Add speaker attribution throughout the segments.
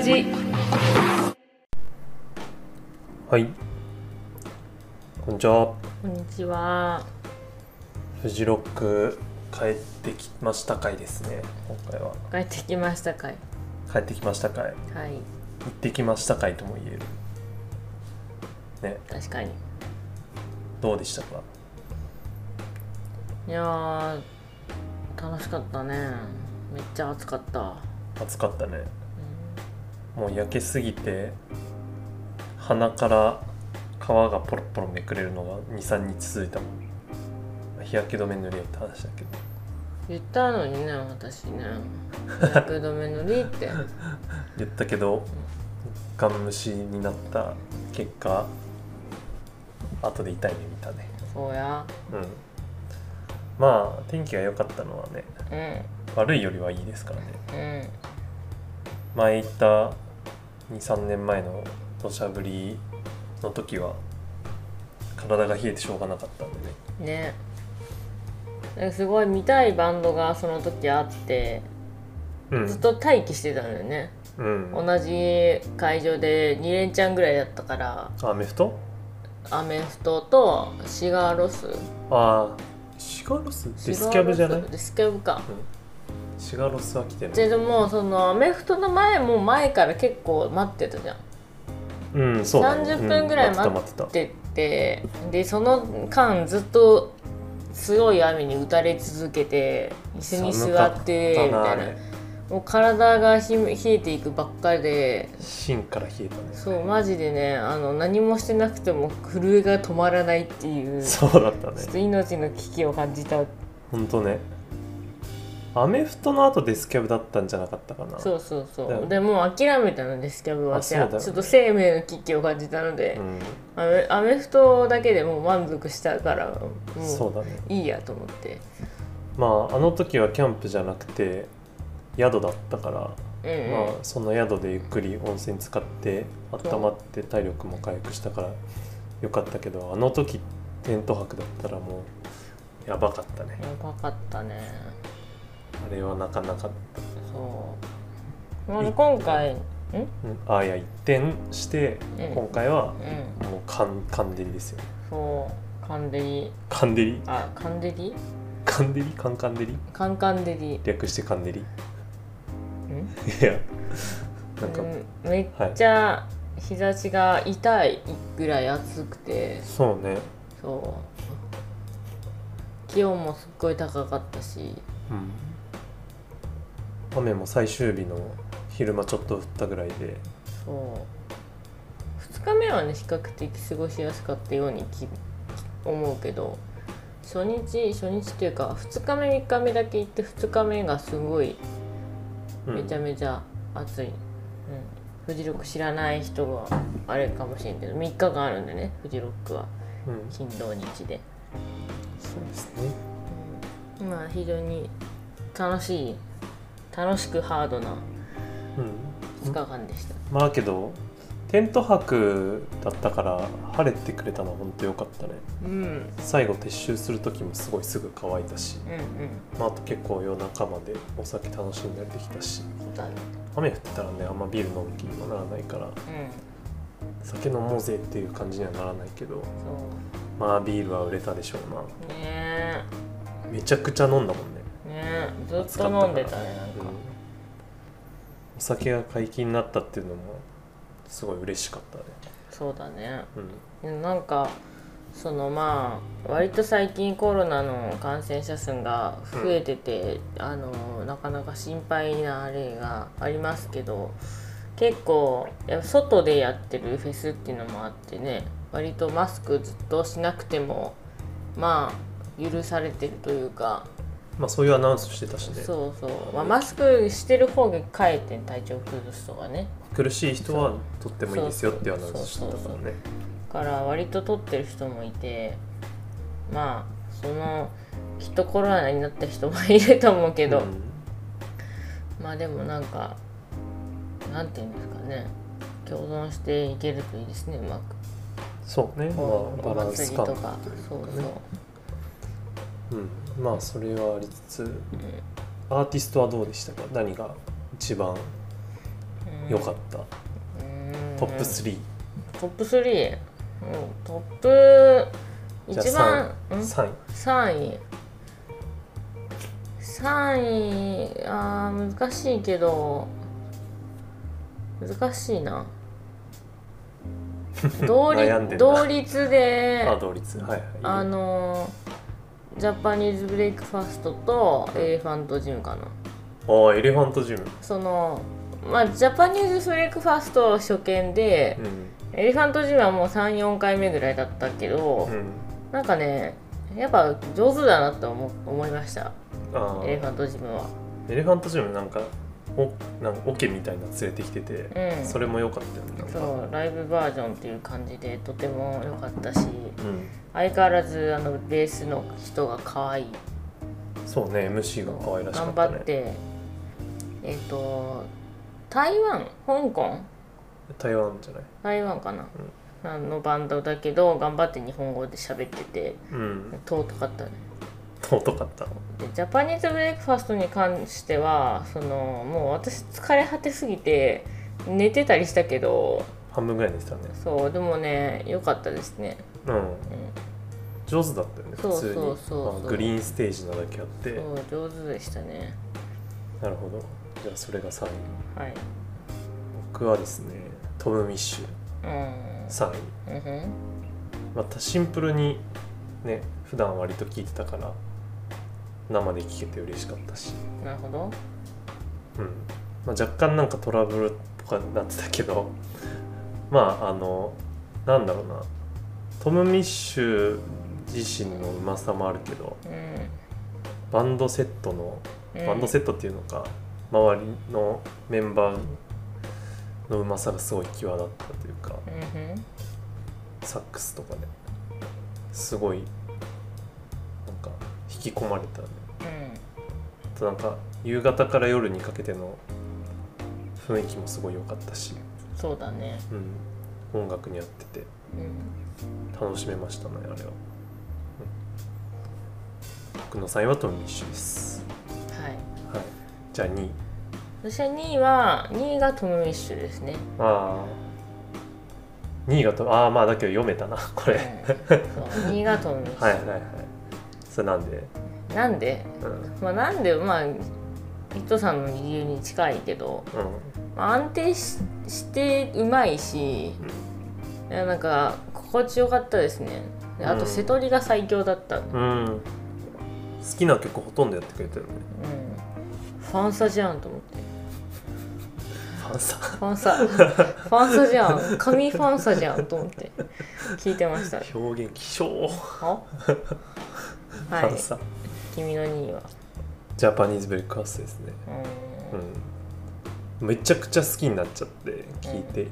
Speaker 1: ジ
Speaker 2: はい。こんにちは。
Speaker 1: こんにちは
Speaker 2: フジロック帰ってきました回ですね。今回は
Speaker 1: 帰ってきましたかい
Speaker 2: 帰ってきました回、行
Speaker 1: はい
Speaker 2: ってきました回とも言える。ね、
Speaker 1: 確かに
Speaker 2: どうでしたか。
Speaker 1: いやー楽しかったねめっちゃ暑かった、
Speaker 2: 暑かったね。
Speaker 1: う
Speaker 2: もう焼けすぎて鼻から皮がポロポロめくれるのが2、3日続いたもん。日焼け止め塗りよって話だけど。
Speaker 1: ん、言ったのにね私ね日焼け止め塗り って
Speaker 2: 言ったけどガン虫になった結果後で痛い目見たね
Speaker 1: そうや
Speaker 2: うんまあ天気が良かったのはね
Speaker 1: う
Speaker 2: 悪いよりはいいですからね
Speaker 1: んうん
Speaker 2: 前行った23年前の土砂降りの時は体が冷えてしょうがなかったんでね
Speaker 1: ねなんかすごい見たいバンドがその時あって
Speaker 2: うん
Speaker 1: ずっと待機してたんだよね、
Speaker 2: うん
Speaker 1: 同じ会場で2連チャンぐらいだったから
Speaker 2: あアメフト
Speaker 1: アメフトとシガーロス
Speaker 2: ああシガロスデ
Speaker 1: シガーロス
Speaker 2: スキャブじゃない
Speaker 1: デスキャブか
Speaker 2: シガロスは来てない
Speaker 1: ででもそのアメフトの前も前から結構待ってたじゃん
Speaker 2: うんそうだね
Speaker 1: 30分ぐらい
Speaker 2: うん待ってた待ってた
Speaker 1: 待っててでその間ずっと強い雨に打たれ続けて椅子に座って
Speaker 2: 寒
Speaker 1: み
Speaker 2: かったた
Speaker 1: いな
Speaker 2: なあれ
Speaker 1: もう体がひ冷えていくばっかりで
Speaker 2: 芯から冷えたね
Speaker 1: そうマジでねあの何もしてなくても震えが止まらないっていうち
Speaker 2: そうだったね
Speaker 1: ょっと命の危機を感じた
Speaker 2: ほんとねアメフトの後デスキャブだったんじゃなかったかな
Speaker 1: そうそう
Speaker 2: だよ
Speaker 1: そう
Speaker 2: ね
Speaker 1: でもう諦めたのですキャブは
Speaker 2: あそうだよね
Speaker 1: ちょっと生命の危機を感じたので、
Speaker 2: ん、
Speaker 1: アメアメフトだけでもう満足したからも
Speaker 2: そう
Speaker 1: う
Speaker 2: だね
Speaker 1: いいやと思って
Speaker 2: まああの時はキャンプじゃなくて宿だったから、
Speaker 1: うんうん、
Speaker 2: まあその宿でゆっくり温泉使って温まって体力も回復したからよかったけどあの時テント泊だったらもうやばかったね
Speaker 1: やばかったね
Speaker 2: あれはなかなか、
Speaker 1: そうまあ今回ん
Speaker 2: うん、ああいや一転して
Speaker 1: うん
Speaker 2: 今回は
Speaker 1: うん
Speaker 2: もう缶缶デリですよ
Speaker 1: そうカンデリ
Speaker 2: 缶デリ
Speaker 1: あカンデリ
Speaker 2: カンデリカンカンデリ
Speaker 1: カンカンデリ
Speaker 2: 略してカンデリい
Speaker 1: ん
Speaker 2: やなんか、
Speaker 1: うんめっちゃ日差しが痛いぐらい暑くて
Speaker 2: そうね
Speaker 1: そう気温もすっごい高かったし
Speaker 2: うん雨も最終日の昼間ちょっと降ったぐらいで
Speaker 1: そう2日目はね比較的過ごしやすかったようにき思うけど初日初日というか2日目3日目だけ行って2日目がすごい
Speaker 2: うん
Speaker 1: めちゃめちゃ暑い、うんフジロック知らない人はあれかもしれんけど3日間あるんでねフジロックは
Speaker 2: うん
Speaker 1: 金土日で、
Speaker 2: そうですね
Speaker 1: うんまあ非常に楽しい楽しくハードな
Speaker 2: う
Speaker 1: 2
Speaker 2: ん
Speaker 1: 日間でした、
Speaker 2: まあけどテント泊だったから晴れてくれたのは本当良かったね
Speaker 1: うん、うん
Speaker 2: 最後撤収する時もすごいすぐ乾いたし、
Speaker 1: うん
Speaker 2: まあ、あと結構夜中までお酒楽しんだりできたし
Speaker 1: そうだね
Speaker 2: 雨降ってたらねあんまビール飲む気にもならないから
Speaker 1: うん
Speaker 2: 酒飲もうぜっていう感じにはならないけど
Speaker 1: そう
Speaker 2: まあビールは売れたでしょうな
Speaker 1: ね
Speaker 2: めちゃくちゃ飲んだもんね、
Speaker 1: えねえずっと飲んでたねなん
Speaker 2: うん
Speaker 1: か、
Speaker 2: お酒が解禁になったっていうのもすごい嬉しかったね
Speaker 1: そうだね
Speaker 2: うん
Speaker 1: でもなんかそのまあ割と最近コロナの感染者数が増えてて、あのなかなか心配なあれがありますけど結構やっぱ外でやってるフェスっていうのもあってね割とマスクずっとしなくてもまあ許されてるというか
Speaker 2: まあそういうアナウンスしてたしね
Speaker 1: そうそう、まあ、マスクしてる方がかえって体調崩すとかね
Speaker 2: 苦しい人はとってもいいですよっていうアナウンスしてたからね
Speaker 1: から割と取ってる人もいてまあそのきっとコロナになった人もいると思うけど、
Speaker 2: うん
Speaker 1: まあでもなんかなんていうんですかね共存していけるといいですねうまく
Speaker 2: そうねま
Speaker 1: こう
Speaker 2: あ
Speaker 1: お
Speaker 2: バラン
Speaker 1: 祭
Speaker 2: ス
Speaker 1: り
Speaker 2: 感
Speaker 1: とかそうそう、
Speaker 2: うんまあそれはありつつ
Speaker 1: うん
Speaker 2: アーティストはどうでしたか何が一番
Speaker 1: う
Speaker 2: 良かった、
Speaker 1: うん
Speaker 2: トップ3、
Speaker 1: トップ3、うん、トップ
Speaker 2: じゃあ
Speaker 1: 一番うん
Speaker 2: 3位
Speaker 1: 3位3位あー難しいけど難しい な同
Speaker 2: 悩んで
Speaker 1: 率
Speaker 2: んだ
Speaker 1: 同率で
Speaker 2: あ同率はいはい
Speaker 1: あのージャパニーズブレイクファストと
Speaker 2: うん
Speaker 1: エレファントジムかな
Speaker 2: ああエレファントジム
Speaker 1: そのまあジャパニーズブレイクファスト初見で
Speaker 2: う
Speaker 1: エレファントジムはもう34回目ぐらいだったけど
Speaker 2: ん、うん
Speaker 1: なんかねやっぱ上手だなって思思いました
Speaker 2: あ
Speaker 1: エレフ
Speaker 2: ー
Speaker 1: ァントジムは
Speaker 2: エレファントジムなんかおなんかオケみたいなの連れてきてて、
Speaker 1: うん
Speaker 2: それも良かったよねなんか
Speaker 1: そうライブバージョンっていう感じでとても良かったし
Speaker 2: うん
Speaker 1: 相変わらずあのベースの人が可愛い
Speaker 2: そうね MC が可愛らしか
Speaker 1: 頑
Speaker 2: った
Speaker 1: 張っ
Speaker 2: ね
Speaker 1: てえっ、と台湾香港
Speaker 2: 台湾じゃない
Speaker 1: 台湾かな、あのバンドだけど頑張って日本語で喋ってて
Speaker 2: うん
Speaker 1: 尊かったね
Speaker 2: 尊かった
Speaker 1: でジャパニーズブレイクファストに関してはそのもう私疲れ果てすぎて寝てたりしたけど
Speaker 2: 半分ぐらいでしたね
Speaker 1: そうでもね良かったですね
Speaker 2: うん、上手だったよね
Speaker 1: そう
Speaker 2: 普通に
Speaker 1: そうそうそう
Speaker 2: まあグリーンステージなだけあって
Speaker 1: そう上手でしたね
Speaker 2: なるほどじゃあそれが3位
Speaker 1: はい
Speaker 2: 僕はですねトム・ミッシュ
Speaker 1: うん
Speaker 2: 3位
Speaker 1: うんふん
Speaker 2: またシンプルにね普段割と聞いてたから生で聞けて嬉しかったし、
Speaker 1: なるほど
Speaker 2: うんまあ、若干なんかトラブルとかになってたけど まああのなんだろうなトム・ミッシュ自身のうまさもあるけど
Speaker 1: うん
Speaker 2: バンドセットの
Speaker 1: うん
Speaker 2: バンドセットっていうのか周りのメンバーのうまさがすごい際立ったというか
Speaker 1: うんふん
Speaker 2: サックスとかねすごいなんか引き込まれたねあとなんか夕方から夜にかけての雰囲気もすごい良かった
Speaker 1: う
Speaker 2: し、
Speaker 1: んそうだね
Speaker 2: うん、音楽に合ってて
Speaker 1: うん
Speaker 2: 楽しめましたねあれは、うん、僕の際はトミーミッシュです、
Speaker 1: はい
Speaker 2: はい、じゃあ2位
Speaker 1: 私は2位は2位がトム・ミッシュですね
Speaker 2: ああ2位がとああまあだけど読めたなこれ
Speaker 1: うん、新潟の
Speaker 2: はいはいはいそれなんで、
Speaker 1: なんで、
Speaker 2: うんうん、
Speaker 1: まあ、なんでまあ人さんの理由に近いけど、まあ、安定ししてうまいし、いやなんか心地よかったですねであ
Speaker 2: う
Speaker 1: と
Speaker 2: ん
Speaker 1: 瀬戸りが最強だった、うん
Speaker 2: うん、好きな曲ほとんどやってくれてるね
Speaker 1: ファンサじゃんと思って
Speaker 2: ファンさん
Speaker 1: ファンサ ファンサじゃん神ファンサじゃんと思って聞いてました
Speaker 2: 表現希少、
Speaker 1: は
Speaker 2: フ
Speaker 1: は
Speaker 2: ァ
Speaker 1: い
Speaker 2: ンさん
Speaker 1: 君の2位は
Speaker 2: ジャパニーズブレックハウスですね
Speaker 1: うん
Speaker 2: うんめちゃくちゃ好きになっちゃって聞いて、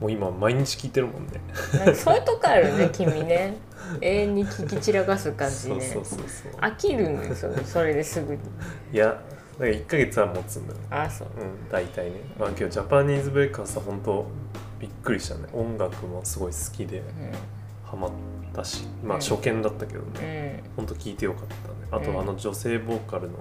Speaker 2: もう今毎日聞いてるもんね
Speaker 1: なんかそういうとこあるね 君ね永遠に聞き散らかす感じ
Speaker 2: そう
Speaker 1: ね
Speaker 2: そうそうそう
Speaker 1: 飽きるのよそ それですぐに
Speaker 2: いやだから1ヶ月は持つんだよ
Speaker 1: あそう
Speaker 2: うん、大体ね、まあ、今日ジャパニーズブレイクハウスは本当びっくりしたね音楽もすごい好きで
Speaker 1: う
Speaker 2: ハマったしまあ
Speaker 1: うん
Speaker 2: 初見だったけど
Speaker 1: んう
Speaker 2: ね、
Speaker 1: ん
Speaker 2: ほん、本当聞いてよかったねあと、
Speaker 1: うん
Speaker 2: あの女性ボーカルの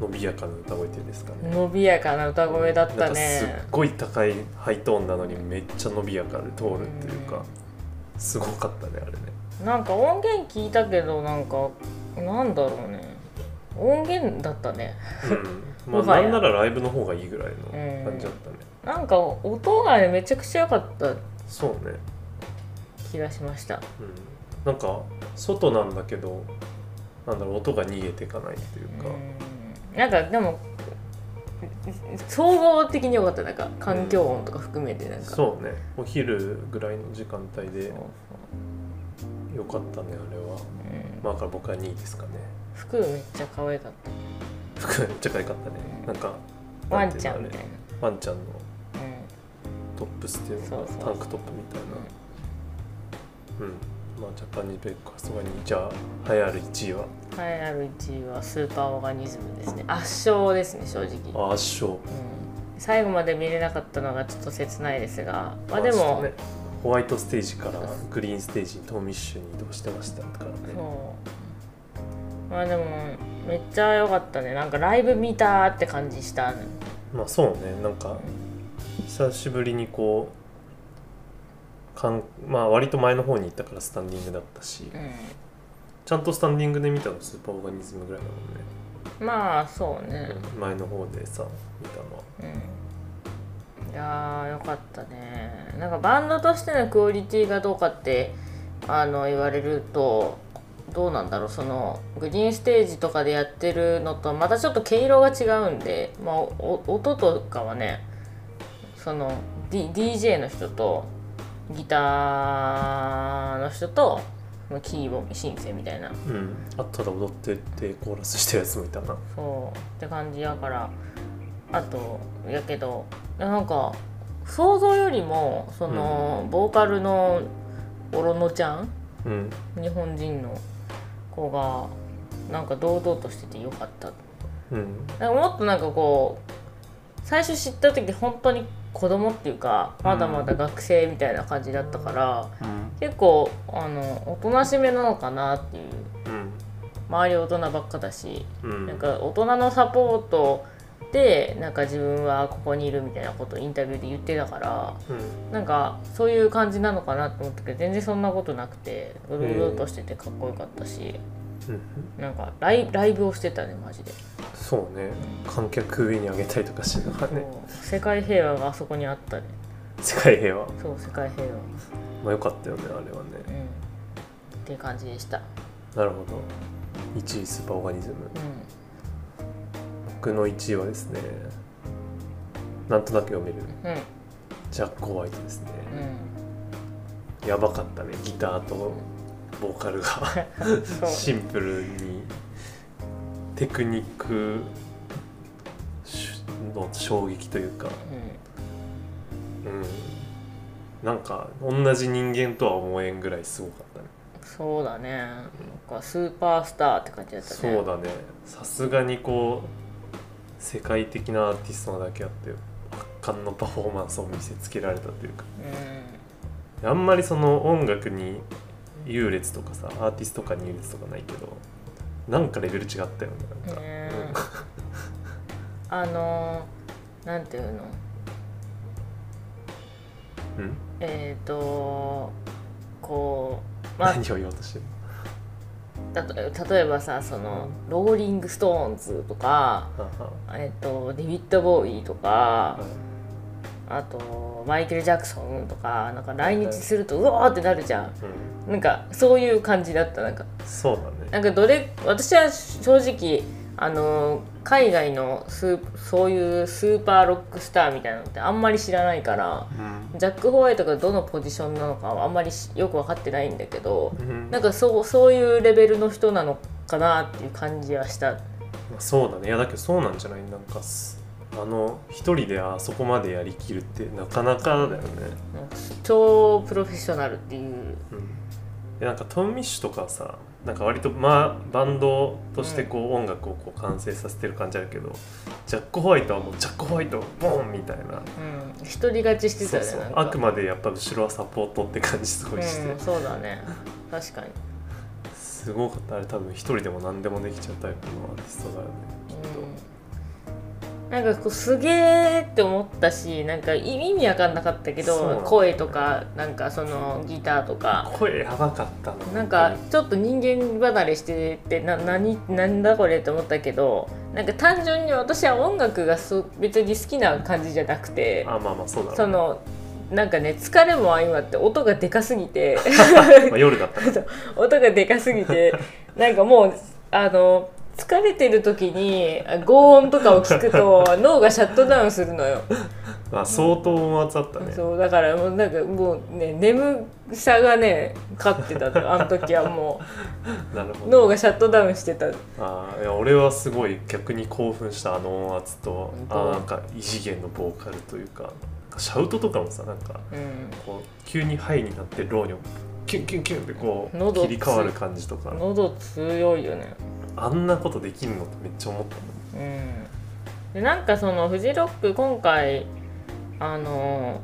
Speaker 2: 伸びやかな歌声っていうんですかね
Speaker 1: 伸びやかな歌声だっ
Speaker 2: な
Speaker 1: た
Speaker 2: んかすっ
Speaker 1: ね
Speaker 2: ごい高いハイトーンなのにめっちゃ伸びやかで通るっていうか、すごかったねあれね
Speaker 1: なんか音源聞いたけどなんかなんだろうね音源だったね
Speaker 2: うんまあ
Speaker 1: もは
Speaker 2: な
Speaker 1: や
Speaker 2: んならライブの方がいいぐらいの感じだったね、
Speaker 1: なんか音がねめちゃくちゃ良かった
Speaker 2: そうね
Speaker 1: 気がしました
Speaker 2: うん、なんか外なんだけどなんだろう音が逃げていかないっていうか、
Speaker 1: うんなんかでも総合的に良かったなんか環境音とか含めてなんか、
Speaker 2: そうねお昼ぐらいの時間帯
Speaker 1: そう
Speaker 2: で
Speaker 1: そう
Speaker 2: よかったねあれは
Speaker 1: うん
Speaker 2: まあだから僕は2位ですかね
Speaker 1: 服めっちゃ可愛かっ
Speaker 2: 服めっちゃ可愛かったねなんか
Speaker 1: たワ
Speaker 2: な
Speaker 1: ン
Speaker 2: てい
Speaker 1: ちゃ
Speaker 2: うんの
Speaker 1: みた
Speaker 2: あれ
Speaker 1: いな、
Speaker 2: ワンちゃんの
Speaker 1: うん、
Speaker 2: トップスっていうのか
Speaker 1: そうそう
Speaker 2: なタンクトップみたいなうんまあジャパニーズベックはそこにじゃあ流行る1位は
Speaker 1: 栄えある1位はスーパーオーガニズムですね圧勝ですね正直、うん、
Speaker 2: あ圧勝
Speaker 1: 最後まで見れなかったのがちょっと切ないですがまあ
Speaker 2: あ
Speaker 1: で
Speaker 2: ちょっ
Speaker 1: も、
Speaker 2: とねホワイトステージからグリーンステージにトーミッシュに移動してましたからね
Speaker 1: そうまあでもめっちゃ良かったねなんかライブ見たって感じした、
Speaker 2: まあそうねなんか久しぶりにこうかんまあ割と前の方に行ったからスタンディングだったし
Speaker 1: う
Speaker 2: ちゃんとスタンディングで見たのスーパーオーガニズムぐらいだもん
Speaker 1: ん、
Speaker 2: ね
Speaker 1: まあそうね、
Speaker 2: 前の方でさ見たのは
Speaker 1: うん、いやーよかったねなんかバンドとしてのクオリティがどうかってあの言われるとどうなんだろうそのグリーンステージとかでやってるのとまたちょっと毛色が違うんで、まあ、お音とかはねその、D、DJ の人とギターの人とまあキーボードシンセみたいな
Speaker 2: うんあっただ踊っててコーラスしてるやつもいたな
Speaker 1: そうって感じやからあとやけどなんか想像よりもその、ボーカルのオロノちゃん
Speaker 2: うん
Speaker 1: 日本人の子がなんか堂々としててよかった
Speaker 2: うん
Speaker 1: なんかもっとなんかこう最初知った時本当に子供っていうかまだまだ学生みたいな感じだったから、結構あのおとなしめなのかなっていう
Speaker 2: うん
Speaker 1: 周り大人ばっかだし
Speaker 2: うん
Speaker 1: なんか大人のサポートでなんか自分はここにいるみたいなことをインタビューで言ってたから
Speaker 2: うん
Speaker 1: なんかそういう感じなのかなと思ったけど全然そんなことなくてうるうるとしててかっこよかったし
Speaker 2: うん
Speaker 1: なんかライライブをしてたねマジで、
Speaker 2: そうね観客上に上げたりとかしながらね
Speaker 1: もう世界平和があそこにあったね
Speaker 2: 世界平和
Speaker 1: そう世界平和
Speaker 2: まあよかったよねあれはね
Speaker 1: うんっていう感じでした
Speaker 2: なるほど1位スーパーオーガニズム
Speaker 1: う
Speaker 2: 僕の1位はですねなんとなく読める
Speaker 1: んうん
Speaker 2: ジャック・ホワイトですね
Speaker 1: う
Speaker 2: やばかったねギターとボーカルが
Speaker 1: ん そ
Speaker 2: シンプルにテクニックの衝撃というか、
Speaker 1: ううん
Speaker 2: うん、なんか同じ人間とは思えんぐらいすごかったね
Speaker 1: そうだねなんかスーパースターって感じだったね
Speaker 2: そうだねさすがにこう世界的なアーティストなだけあって圧巻のパフォーマンスを見せつけられたというかあんまりその音楽に優劣とかさアーティストとかに優劣とかないけどなんかレベル違ったよねなんか、
Speaker 1: ねあのー、なんていうの
Speaker 2: うん、うん
Speaker 1: えっ、ー、とこうまあ
Speaker 2: 何を言おうとしてる
Speaker 1: たと例えばさそのローリング・ストーンズとか、
Speaker 2: はあは
Speaker 1: えー、とデビッド・ボーイと
Speaker 2: あ
Speaker 1: か
Speaker 2: はい
Speaker 1: あとマイケル・ジャクソンとかなんか来日するとうわーってなるじゃん
Speaker 2: う
Speaker 1: なんかそういう感じだったなんか
Speaker 2: ん、そうだね
Speaker 1: なんかどれ私は正直あの海外のスーそういうスーパーロックスターみたいなのってあんまり知らないからジャック・ホワイトがどのポジションなのかはあんまりしよく分かってないんだけど
Speaker 2: うん、
Speaker 1: なんかそうそういうレベルの人なのかなっていう感じはした
Speaker 2: まあそうだねいやだけどそうなんじゃないなんかすあの一人であそこまでやりきるってなかなかだよね、
Speaker 1: 超プロフェッショナルっていう
Speaker 2: うん、でなんかトム・ミッシュとかさなんか割と、まあ、バンドとしてこう、音楽をこう完成させてる感じあるけどジャック・ホワイトはもうジャック・ホワイトボンみたいな
Speaker 1: うん独り勝ちしてた
Speaker 2: そ
Speaker 1: よね
Speaker 2: うそう
Speaker 1: なんか
Speaker 2: あくまでやっぱ後ろはサポートって感じすごいして、
Speaker 1: うんそうだね確かに
Speaker 2: すごかったあれ多分一人でも何でもできちゃうタイプのアーティストだよねきっと。
Speaker 1: なんかこうすげえって思ったしなんか意味わかんなかったけ
Speaker 2: そうなんだ
Speaker 1: ど
Speaker 2: よね
Speaker 1: 声とかなんかそのギターとか
Speaker 2: 声やばかったな
Speaker 1: なんかちょっと人間離れしててな何なんだこれって思ったけどなんか単純に私は音楽がす別に好きな感じじゃなくて
Speaker 2: あまあまあそうだろ
Speaker 1: そう
Speaker 2: ね、
Speaker 1: のなんかね疲れも相まって音がでかすぎて
Speaker 2: まあ、夜 だったから
Speaker 1: 音がでかすぎてなんかもうあの疲れてる時に轟音とかを聞くと脳がシャットダウンするのよ、
Speaker 2: まあ相当音圧あったね
Speaker 1: そうだからもうなんかもうね眠さがね勝ってたのあの時はも
Speaker 2: なるほ
Speaker 1: う
Speaker 2: ど
Speaker 1: 脳がシャットダウンしてた
Speaker 2: あーいや俺はすごい逆に興奮したあの音圧と
Speaker 1: 本当
Speaker 2: あーなんか異次元のボーカルというかなんかシャウトとかもさなんか
Speaker 1: うん
Speaker 2: こう急にハイになってローにキュンキュンキュンってこう
Speaker 1: 喉
Speaker 2: 切り替わる感じとか
Speaker 1: 喉強いよね
Speaker 2: あんなことできるのってめっちゃ思った
Speaker 1: うんでなんかそのフジロック今回あの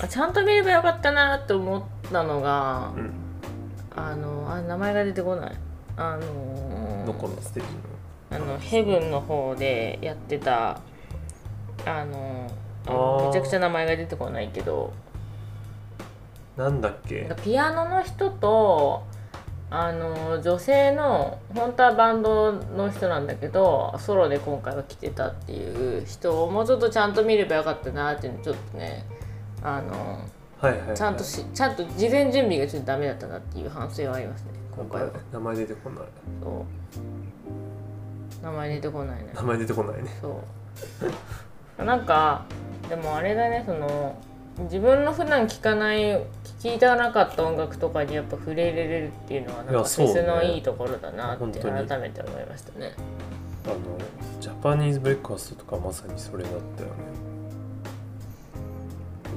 Speaker 1: あちゃんと見ればよかったなって思ったのが
Speaker 2: もん、
Speaker 1: あのあ名前が出てこないあの
Speaker 2: うん、
Speaker 1: ー
Speaker 2: どこのステージ
Speaker 1: あのヘブンの方でやってたあの
Speaker 2: あー
Speaker 1: めちゃくちゃ名前が出てこないけど
Speaker 2: なんだっけ
Speaker 1: ピアノの人とあの女性の本当はバンドの人なんだけどソロで今回は来てたっていう人をもうちょっとちゃんと見ればよかったなっていうのちょっとねあの
Speaker 2: はいはい、はい、
Speaker 1: ちゃんとしちゃんと事前準備がちょっとダメだったなっていう反省はありますね今回は
Speaker 2: 名前出てこない
Speaker 1: そう名前出てこないね
Speaker 2: 名前出てこないね
Speaker 1: そうなんかでもあれだねその自分の普段聞かない聞いてなかった音楽とかにやっぱ触れられるっていうのはなん
Speaker 2: い
Speaker 1: か
Speaker 2: やそうね
Speaker 1: 質のいいところだなって
Speaker 2: 本当に
Speaker 1: 改めて思いましたね
Speaker 2: あのジャパニーズブレックファストとかまさにそれだったよね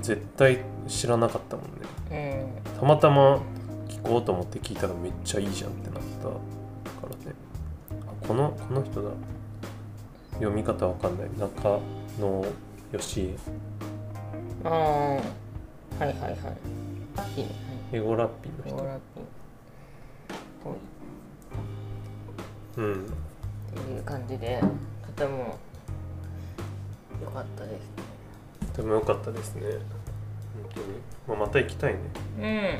Speaker 2: 絶対知らなかったもんね
Speaker 1: う
Speaker 2: たまたま聞こうと思って聞いたらめっちゃいいじゃんってなったからねあこのこの人だ読み方わかんない中野義
Speaker 1: んああはいはいはいラッピーね
Speaker 2: 恵エゴラッピ
Speaker 1: はい
Speaker 2: ー
Speaker 1: オー
Speaker 2: の
Speaker 1: ラッピーぽい
Speaker 2: 人う
Speaker 1: っ
Speaker 2: ん
Speaker 1: ていう感じでとても良かったです
Speaker 2: とても良かったですね本当に、まあ、また行きたいね
Speaker 1: ね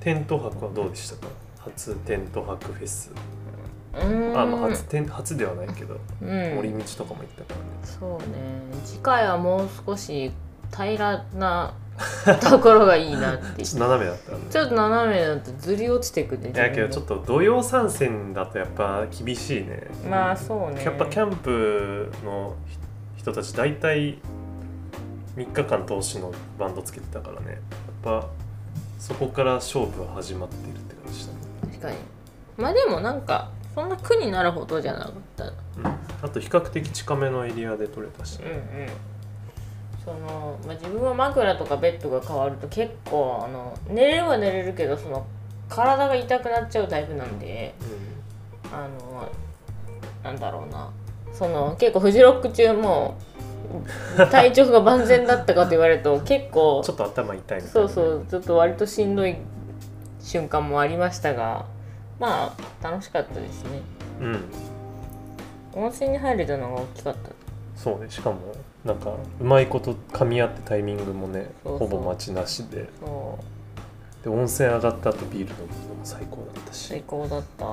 Speaker 2: テント泊はどうでしたか初テント泊フェス
Speaker 1: うん
Speaker 2: あまあ
Speaker 1: うーん
Speaker 2: 初テン初ではないけど
Speaker 1: うん
Speaker 2: 森道とかも行ったからね
Speaker 1: そうね次回はもう少し平らな ところがいいなって
Speaker 2: ち
Speaker 1: ち
Speaker 2: ょっと斜めだったよね
Speaker 1: ょっと斜めだとずり落ちてくね
Speaker 2: いやけどちょっ
Speaker 1: と
Speaker 2: と土曜参戦だとやっぱ厳しいね
Speaker 1: まあそうね
Speaker 2: やっぱキャンプの人たち大体3日間通しのバンドつけてたからねやっぱそこから勝負は始まっているって感じしたね、
Speaker 1: 確かにまあでもなんかそんな苦になるほどじゃなかったうん
Speaker 2: うん、あと比較的近めのエリアで撮れたし、
Speaker 1: うんその、まあ、自分は枕とかベッドが変わると結構あの寝れるは寝れるけどその体が痛くなっちゃうタイプなんであのなんだろうなその結構フジロック中も体調が万全だったかと言われる と結構
Speaker 2: ちょっと頭痛いみたいな
Speaker 1: そうそうちょっと割としんどい瞬間もありましたがまあ楽しかったですね
Speaker 2: うん
Speaker 1: 温泉に入れたのが大きかった
Speaker 2: そうねしかもなんかうまいこと噛み合ってタイミングもね
Speaker 1: そうそ
Speaker 2: ほ
Speaker 1: う
Speaker 2: ぼ待ちなしで
Speaker 1: そう
Speaker 2: で温泉上がった後ビール飲むのも最高だったし
Speaker 1: 最高だった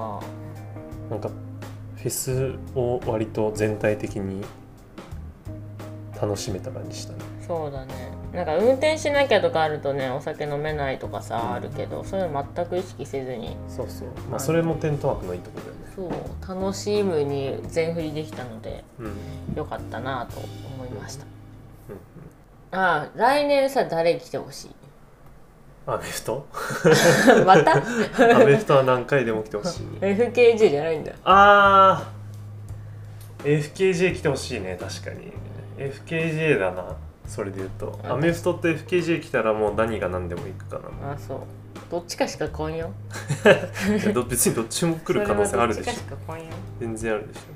Speaker 2: なんかフェスを割と全体的に楽しめた感じしたね
Speaker 1: そうだねなんか運転しなきゃとかあるとねお酒飲めないとかさあるけどそういうの全く意識せずに
Speaker 2: そうそうまあそれもテントワークのいいところだよね
Speaker 1: そう楽しむに全振りできたので
Speaker 2: うん、うん
Speaker 1: 良かったなと思いましたああ来年さ誰来てほ しい
Speaker 2: アメフ ト
Speaker 1: また
Speaker 2: アメフトは何回でも来てほしい
Speaker 1: FKJ じゃないんだ
Speaker 2: あー FKJ 来てほしいね確かに FKJ だなそれで言うとアメフトって FKJ 来たらもう何が何でも行くかな
Speaker 1: ああそうどっちかしか来んよ
Speaker 2: いやど別にどっちも来る可能性あるでしょ
Speaker 1: それはどっちかしか来んよ
Speaker 2: 全然あるでし
Speaker 1: うん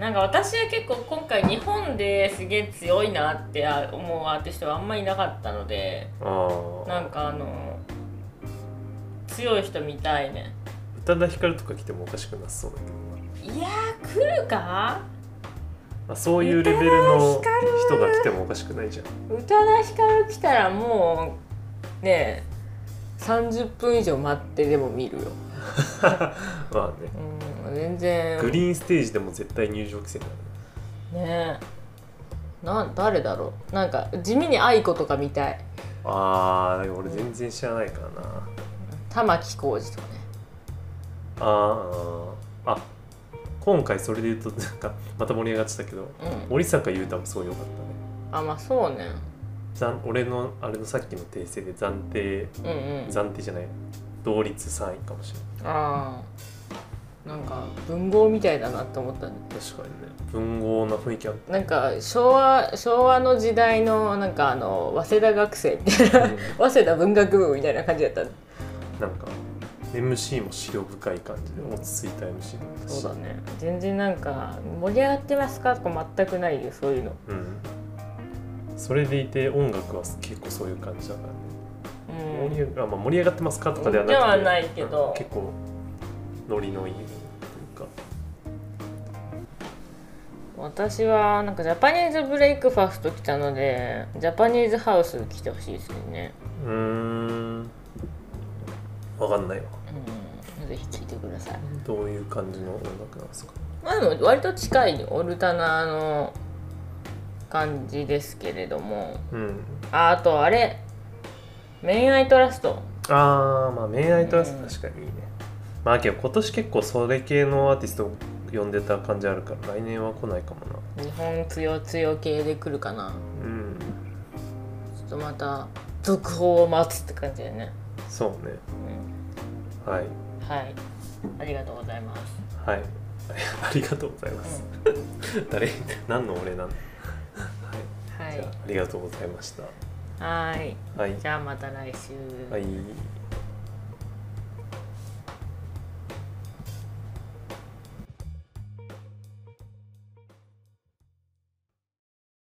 Speaker 1: なんか私は結構今回日本ですげえ強いなって思うアーティストはあんまりいなかったので
Speaker 2: ょああ
Speaker 1: なんかあの強い人見たいね
Speaker 2: 宇多田ヒカルとか来てもおかしくなさそうだけどない
Speaker 1: やー来るか
Speaker 2: まあ、そういうレベルの人が来てもおかしくないじゃん
Speaker 1: 宇多田ヒカル来たらもうねえ30分以上待ってでも見るよ
Speaker 2: まあね
Speaker 1: うん全然
Speaker 2: グリーンステージでも絶対入場規制だね
Speaker 1: ねえなん誰だろうなんか地味に愛子とか見たい
Speaker 2: あーでも俺全然知らないからな、
Speaker 1: 玉置浩二とかね
Speaker 2: あーあ今回それで言うとなんかまた盛り上がってたけど
Speaker 1: うん
Speaker 2: 森坂優太もすごい良かったね
Speaker 1: あまあそうね
Speaker 2: 暫俺のあれのさっきの訂正で暫定
Speaker 1: うんうん
Speaker 2: 暫定じゃない同率3位かもしれない
Speaker 1: ああなんか文豪みたいだなって思ったね
Speaker 2: 確かにね文豪な雰囲気あっ
Speaker 1: なんか昭和昭和の時代のなんかあの早稲田学生みたい
Speaker 2: た
Speaker 1: な
Speaker 2: ね
Speaker 1: 早稲田文学部みたいな感じだったね
Speaker 2: なんか MC も資料深い感じで落ち着いた MC だったし
Speaker 1: そうだね全然なんか盛り上がってますかとか全くないよそういうの
Speaker 2: うん、それでいて音楽は結構そういう感じだからね、
Speaker 1: うん
Speaker 2: 盛り上があまあ、盛り上がってますかとかではなくて
Speaker 1: ではないけど
Speaker 2: うん結構ノリのいいというか
Speaker 1: 私はなんかジャパニーズブレイクファスト来たのでジャパニーズハウス来てほしいですけどね
Speaker 2: うーんわかんないわ
Speaker 1: うんぜひ聞いてください
Speaker 2: どういう感じの音楽なんですか
Speaker 1: まあでも割と近いオルタナの感じですけれども
Speaker 2: うん
Speaker 1: ああとあれ恋愛トラスト
Speaker 2: あーまあ恋愛とは
Speaker 1: うん
Speaker 2: 確かにいいね、まあけど今年結構それ系のアーティストを呼んでた感じあるから来年は来ないかもな
Speaker 1: 日本つよつよ系で来るかな
Speaker 2: うん
Speaker 1: ちょっとまた続報を待つって感じだよね、
Speaker 2: そうね
Speaker 1: うん、
Speaker 2: はい
Speaker 1: はいありがとうございます
Speaker 2: はい ありがとうございます、 誰何の俺なんだはい
Speaker 1: は
Speaker 2: じゃあありがとうございました
Speaker 1: いはい
Speaker 2: はい
Speaker 1: じゃあまた来週
Speaker 2: はい